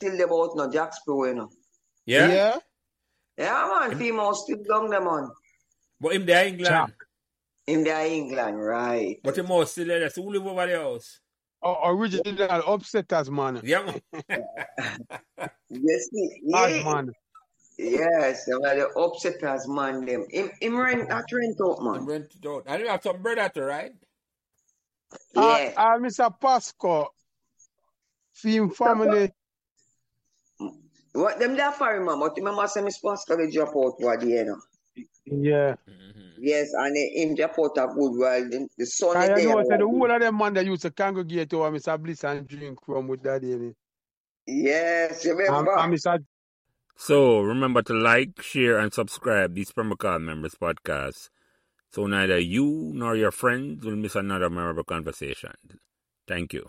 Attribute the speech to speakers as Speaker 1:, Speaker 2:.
Speaker 1: still there out now, Jacksboro, you know.
Speaker 2: Yeah.
Speaker 3: Yeah.
Speaker 1: Yeah, man, female still down there, man.
Speaker 2: But him there England.
Speaker 3: Chap.
Speaker 1: In there, England, right.
Speaker 2: But him was still there. So who live over the house?
Speaker 3: O- original upsetters, man.
Speaker 2: Yeah, man.
Speaker 1: You see,
Speaker 3: Hard
Speaker 1: yeah,
Speaker 3: man.
Speaker 1: yes, they were the upsetters, man, them. Him, him rent, that rent out,
Speaker 2: Him
Speaker 1: man.
Speaker 2: rent it out. And you have some bread at her, right?
Speaker 3: Ah,
Speaker 1: Yeah,
Speaker 3: ah, Mr. Pasco, film family.
Speaker 1: what them there for him, man? But remember, I said, Miss Pascal, they drop out for the end.
Speaker 3: Yeah.
Speaker 2: Mm-hmm.
Speaker 1: Yes, and eh, him drop out a good while, the, the sun
Speaker 3: I
Speaker 1: is there.
Speaker 3: know say
Speaker 1: man.
Speaker 3: the whole of them man that used to congregate over Mr. Bliss and drink rum with daddy. And,
Speaker 1: Yes, remember.
Speaker 3: and Mr.
Speaker 2: So remember to like, share, and subscribe these Permacard Members podcast. So neither you nor your friends will miss another memorable conversation. Thank you.